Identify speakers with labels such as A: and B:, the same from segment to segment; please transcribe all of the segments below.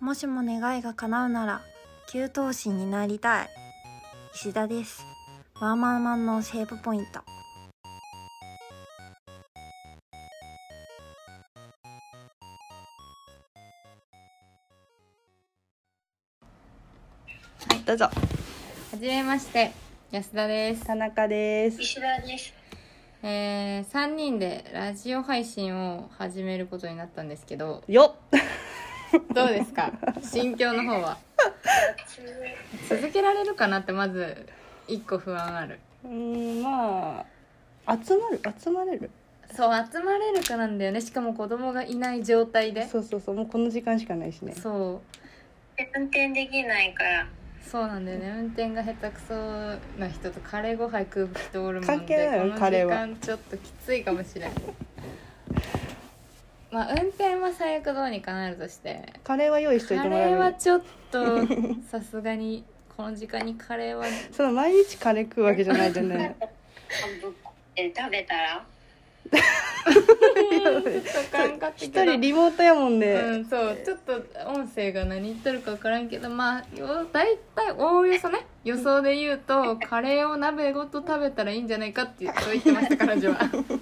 A: もしも願いが叶うなら給湯士になりたい石田ですワーマンマンのセーブポイントはいどうぞ
B: はじめまして安田です、
C: 田中です。
D: 石田です。
B: えー、3人でラジオ配信を始めることになったんですけど
C: よっ。
B: どうです か心境の方は続けられるかなってまず一個不安ある
C: うーん、まあ集まる集まれる。
B: そう集まれるかなんだよねしかも子供がいない状態で
C: そうそうそう。もうこの時間しかないしね。
B: そう
D: 運転できないから。
B: そうなんだよね運転が下手くそな人とカレー5杯食う人おるもん
C: 関係
B: で
C: ない
B: こ
C: よ
B: の時
C: カレーは
B: 間ちょっときついかもしれんまあ運転は最悪どうにかなるとして
C: カレーは用意しとい
B: カ
C: てもらえ
B: レー
C: る
B: は。ちょっ とさすがにこの時間にカレーは
C: その毎日カレー食うわけじゃないで ね。
D: ぶっえ食べたら。
B: 感覚
C: 一人リモートやもんで、
B: うん、そうちょっと音声が何言ってるか分からんけどまあよ大体おおよそね予想で言うとカレーを鍋ごと食べたらいいんじゃないかってそう言ってました彼女は
D: その子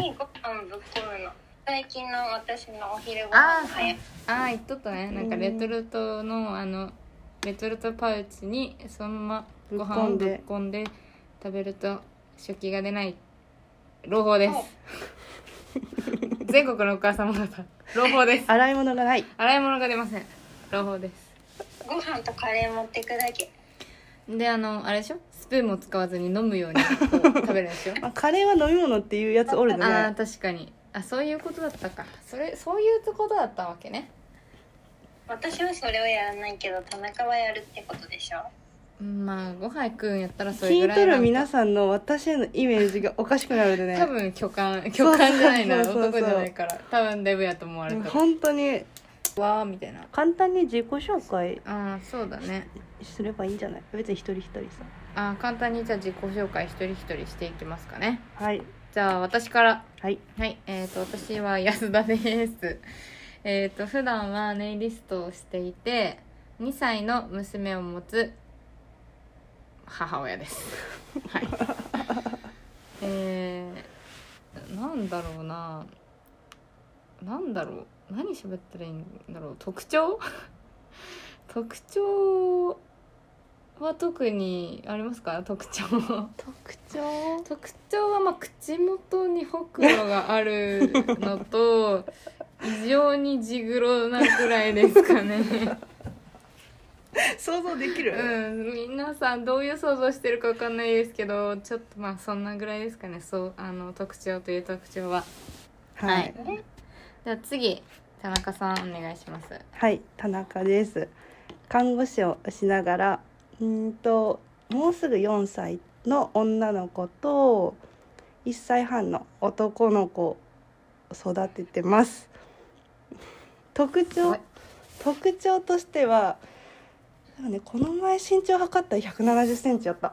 D: にご飯ぶっ込むの。最近の私のお昼ご
B: あ
D: 飯早い。
B: あー言っとったねなんかレトルトのあのレトルトパウチにそのままご飯をぶ
C: ぶっこんで
B: っこんで食べると食器が出ない朗報です全国のお母様方朗報です
C: 洗い物がない。
B: 洗い物が出ません朗報です
D: ご飯とカレー持ってくだけ。
B: であのあれでしょスプーンも使わずに飲むようにこ う食べるんでしょ
C: あカレーは飲み物っていうやつおるで
B: ああ
C: ね。
B: 確かにあそういうことだったかそれそういうことだったわけね
D: 私はそれをやらないけど田中はやるってことでしょ。
B: うんまあご飯食うんやったらそれ
C: 聞
B: ぐ
C: い
B: ら
C: と
B: いな
C: る
B: んか
C: 皆さんの私へのイメージがおかしくなるでね
B: 多。分巨漢巨漢じゃないな
C: そうそうそうそう
B: 男じゃないから多分デブやと思われ
C: もう
B: たわ
C: 本当に
B: ーみたいな
C: 簡単に自己紹介
B: ああそうだね
C: すればいいんじゃない。別に一人一人さ。
B: あー簡単にじゃあ自己紹介一人一人していきますかね
C: はい
B: じゃあ私から
C: はい。
B: はい、えっ、と私は安田です。えっ、と普段はネイリストをしていて、2歳の娘を持つ母親です。はい。えー、なんだろうな。なんだろう。何喋ったらいいんだろう。特徴特徴は特にありますか特徴。
C: 特徴。
B: 特徴はまあ口元にほくろがあるのと異常に地黒なくらいですかね
C: 想像できる。
B: うん皆さんどういう想像してるかわかんないですけどちょっとまあそんなぐらいですかねそうあの特徴という特徴は
C: はい。
B: じゃあ次田中さんお願いします
C: はい、田中です。看護師をしながら、うーんと、もうすぐ4歳の女の子と、1歳半の男の子を育ててます。特徴
B: はい、
C: 特徴としては、なんかね、この前身長測ったら170センチやった。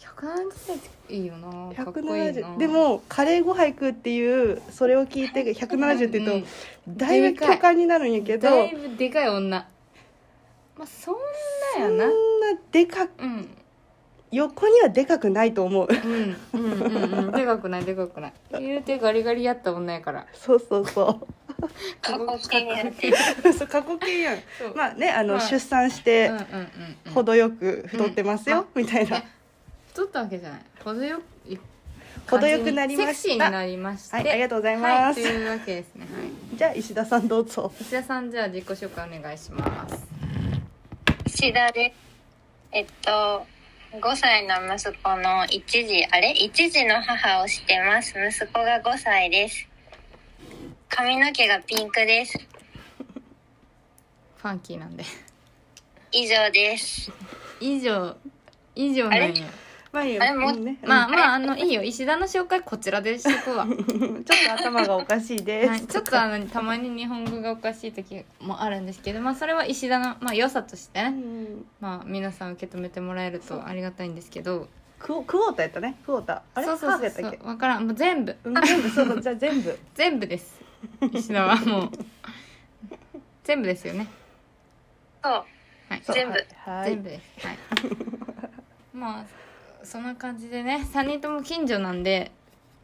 B: 170センチいいよなかっこいいな
C: 170。でも、カレー5杯食うっていう、それを聞いて170って言うと、だいぶ巨漢になるんや
B: う
C: け
B: ん
C: ど、
B: だいぶでかい女まあそんなやな
C: そんなでかく
B: うん
C: 横にはでかくないと 思う
B: うんうんうんうんでかくないでかくない言うてガリガリやった女やから
C: そうそうそ
D: 過去形になって。
C: うそう過去形 やん
B: そう
C: まあねあの、
B: まあ
C: 出産して
B: うんうんうんうん
C: 程よく太ってますよ、みたいな
B: ね太ったわけじゃない程よくい
C: 程よくなりました
B: セクシーになりまして
C: はいありがとうございます、
B: はいというわけですねはい
C: じゃあ石田さんどうぞ
B: 石田さんじゃあ自己紹介お願いします
D: 石田です。えっと、5歳の息子の一児、あれ一児の母をしてます。息子が5歳です。髪の毛がピンクです。
B: ファンキーなんで
D: 以上です。
B: 以上以上なん
D: あ
B: や
D: れ
C: まあいいよ
D: あれも
C: うんね
B: まあ
C: うん
B: まああのいいよ石田の紹介こちらでしとくわ
C: ちょっと頭がおかしいです、
B: はい、ちょっとあのたまに日本語がおかしい時もあるんですけど、まあ、それは石田の、まあ、良さとしてね、
C: うん
B: まあ、皆さん受け止めてもらえるとありがたいんですけど
C: クオクォータやったねクォータあれ
B: そうそう
C: ハ
B: そ
C: ー
B: う
C: フ
B: そ
C: やったっ
B: う
C: け
B: 分からんもう全部
C: うん、全部そうだじゃあ全部
B: 全部です石田はもう全部ですよね
D: そう
B: はい
C: そう
D: 全部
C: はいはい
B: 全部です。はい。まあそんな感じでね、三人とも近所なんで、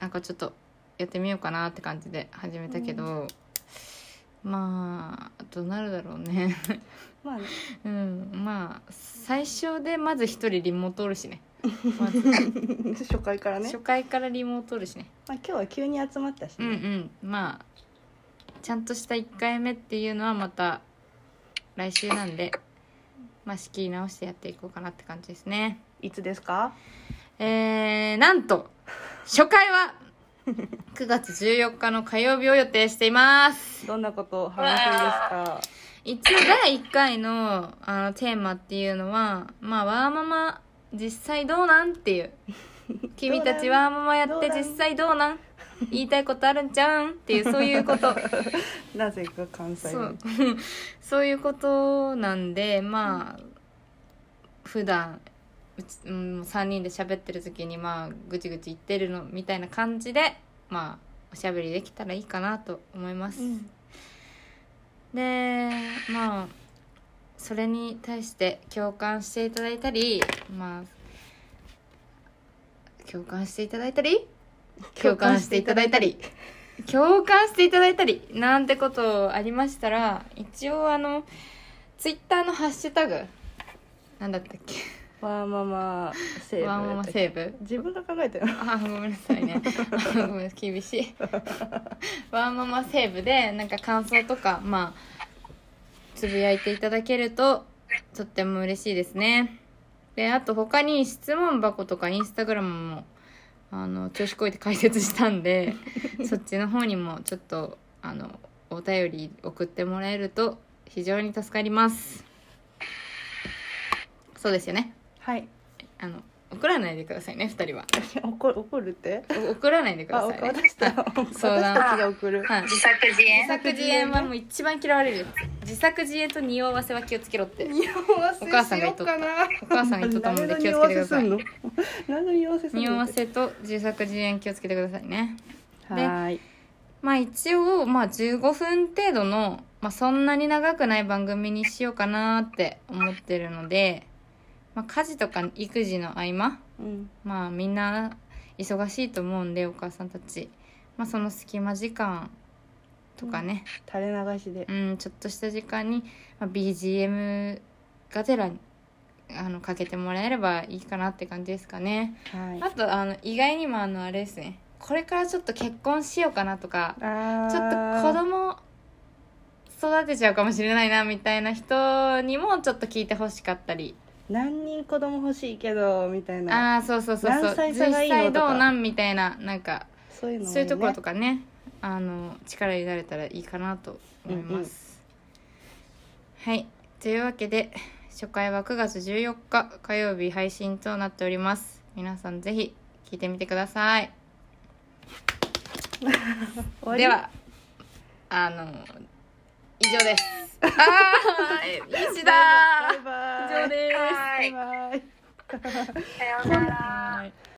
B: なんかちょっとやってみようかなって感じで始めたけど、まあどうなるだろうね。
C: まあ ね
B: うん、まあ最初でまず一人リモートおるし ね。まず
C: 初回からね
B: 初、回からリモートおるしね。
C: まあ、今日は急に集まったし
B: うん
C: ね、
B: うん、まあちゃんとした1回目っていうのはまた来週なんで、まあ仕切り直してやっていこうかなって感じですね。
C: いつですか
B: えー、なんと、初回 は9月14日の火曜日を予定しています。
C: どんなことを話すんですか
B: 一応第1回のあのテーマっていうのは、まあ、ワーママ実際どうなんっていう。君たちワーママやって実際どうなん言いたいことあるんちゃうんっていう、そういうこと。
C: なぜか関西
B: そ
C: の
B: う そういうことなんでまあ、普段うち、うん、3人で喋ってる時にまあぐちぐち言ってるのみたいな感じでまあおしゃべりできたらいいかなと思います、
C: うん
B: でまあそれに対して共感していただいたりまあ共感していただいたり共感していただいたり共感していただいたりなんてことありましたら一応あのツイッターのハッシュタグなんだったっけ
C: わーママセーブ
B: ワーママセーブ
C: 自分が考えたよ
B: あーごめんなさいねごめん厳しいワーママセーブでなんか感想とかまあつぶやいていただけるととっても嬉しいですねであと他に質問箱とかインスタグラムもあの調子こいて解説したんでそっちの方にもちょっとあのお便り送ってもらえると非常に助かりますそうですよね
C: はい
B: あの送らないでくださいね2人は
C: 怒る怒るって
B: お送らないでくだ
C: あ、
B: さい、ね。
C: 私た私
B: 相談
C: たちが送 る
B: はい
D: 自作自
B: 自
D: 演
B: 作自演はもう一番嫌われるよ。自作自演と匂わせは気をつけろって。
C: 匂わ
B: お母さんが言っとったお母さんが言っとったもんで気をつけてください。
C: 何の匂わせすんの
B: 匂わせと自作自演気をつけてくださいね。
C: はーい
B: まあ一応、まあ15分程度の、まあそんなに長くない番組にしようかなって思ってるので、まあ家事とか育児の合間、
C: うん
B: まあみんな忙しいと思うんで、お母さんたち。まあその隙間時間とかね、
C: 垂れ流しで
B: うん、ちょっとした時間に、まあ、BGM がてらにあのかけてもらえればいいかなって感じですかね
C: はい
B: あとあの意外にもあのあれですねこれからちょっと結婚しようかなとか
C: あ
B: ちょっと子供育てちゃうかもしれないなみたいな人にもちょっと聞いてほしかったり
C: 何人子供欲しいけどみたいな
B: ああそうそうそうそう
C: 何歳差がいいの
B: 11歳ど
C: と
B: う
C: か
B: なんみたいななんか
C: そういうのもね
B: そういうところとかねあの力になれたらいいかなと思います、はいというわけで初回は9月14日火曜日配信となっております皆さんぜひ聞いてみてください
C: 終わり
B: ではあの以上です ああ石
C: バ
B: だ
C: イバ
B: 以上
C: イ
B: です
D: は
C: バ
D: ー
C: イ
D: い
C: バイ
D: さようなら
B: はい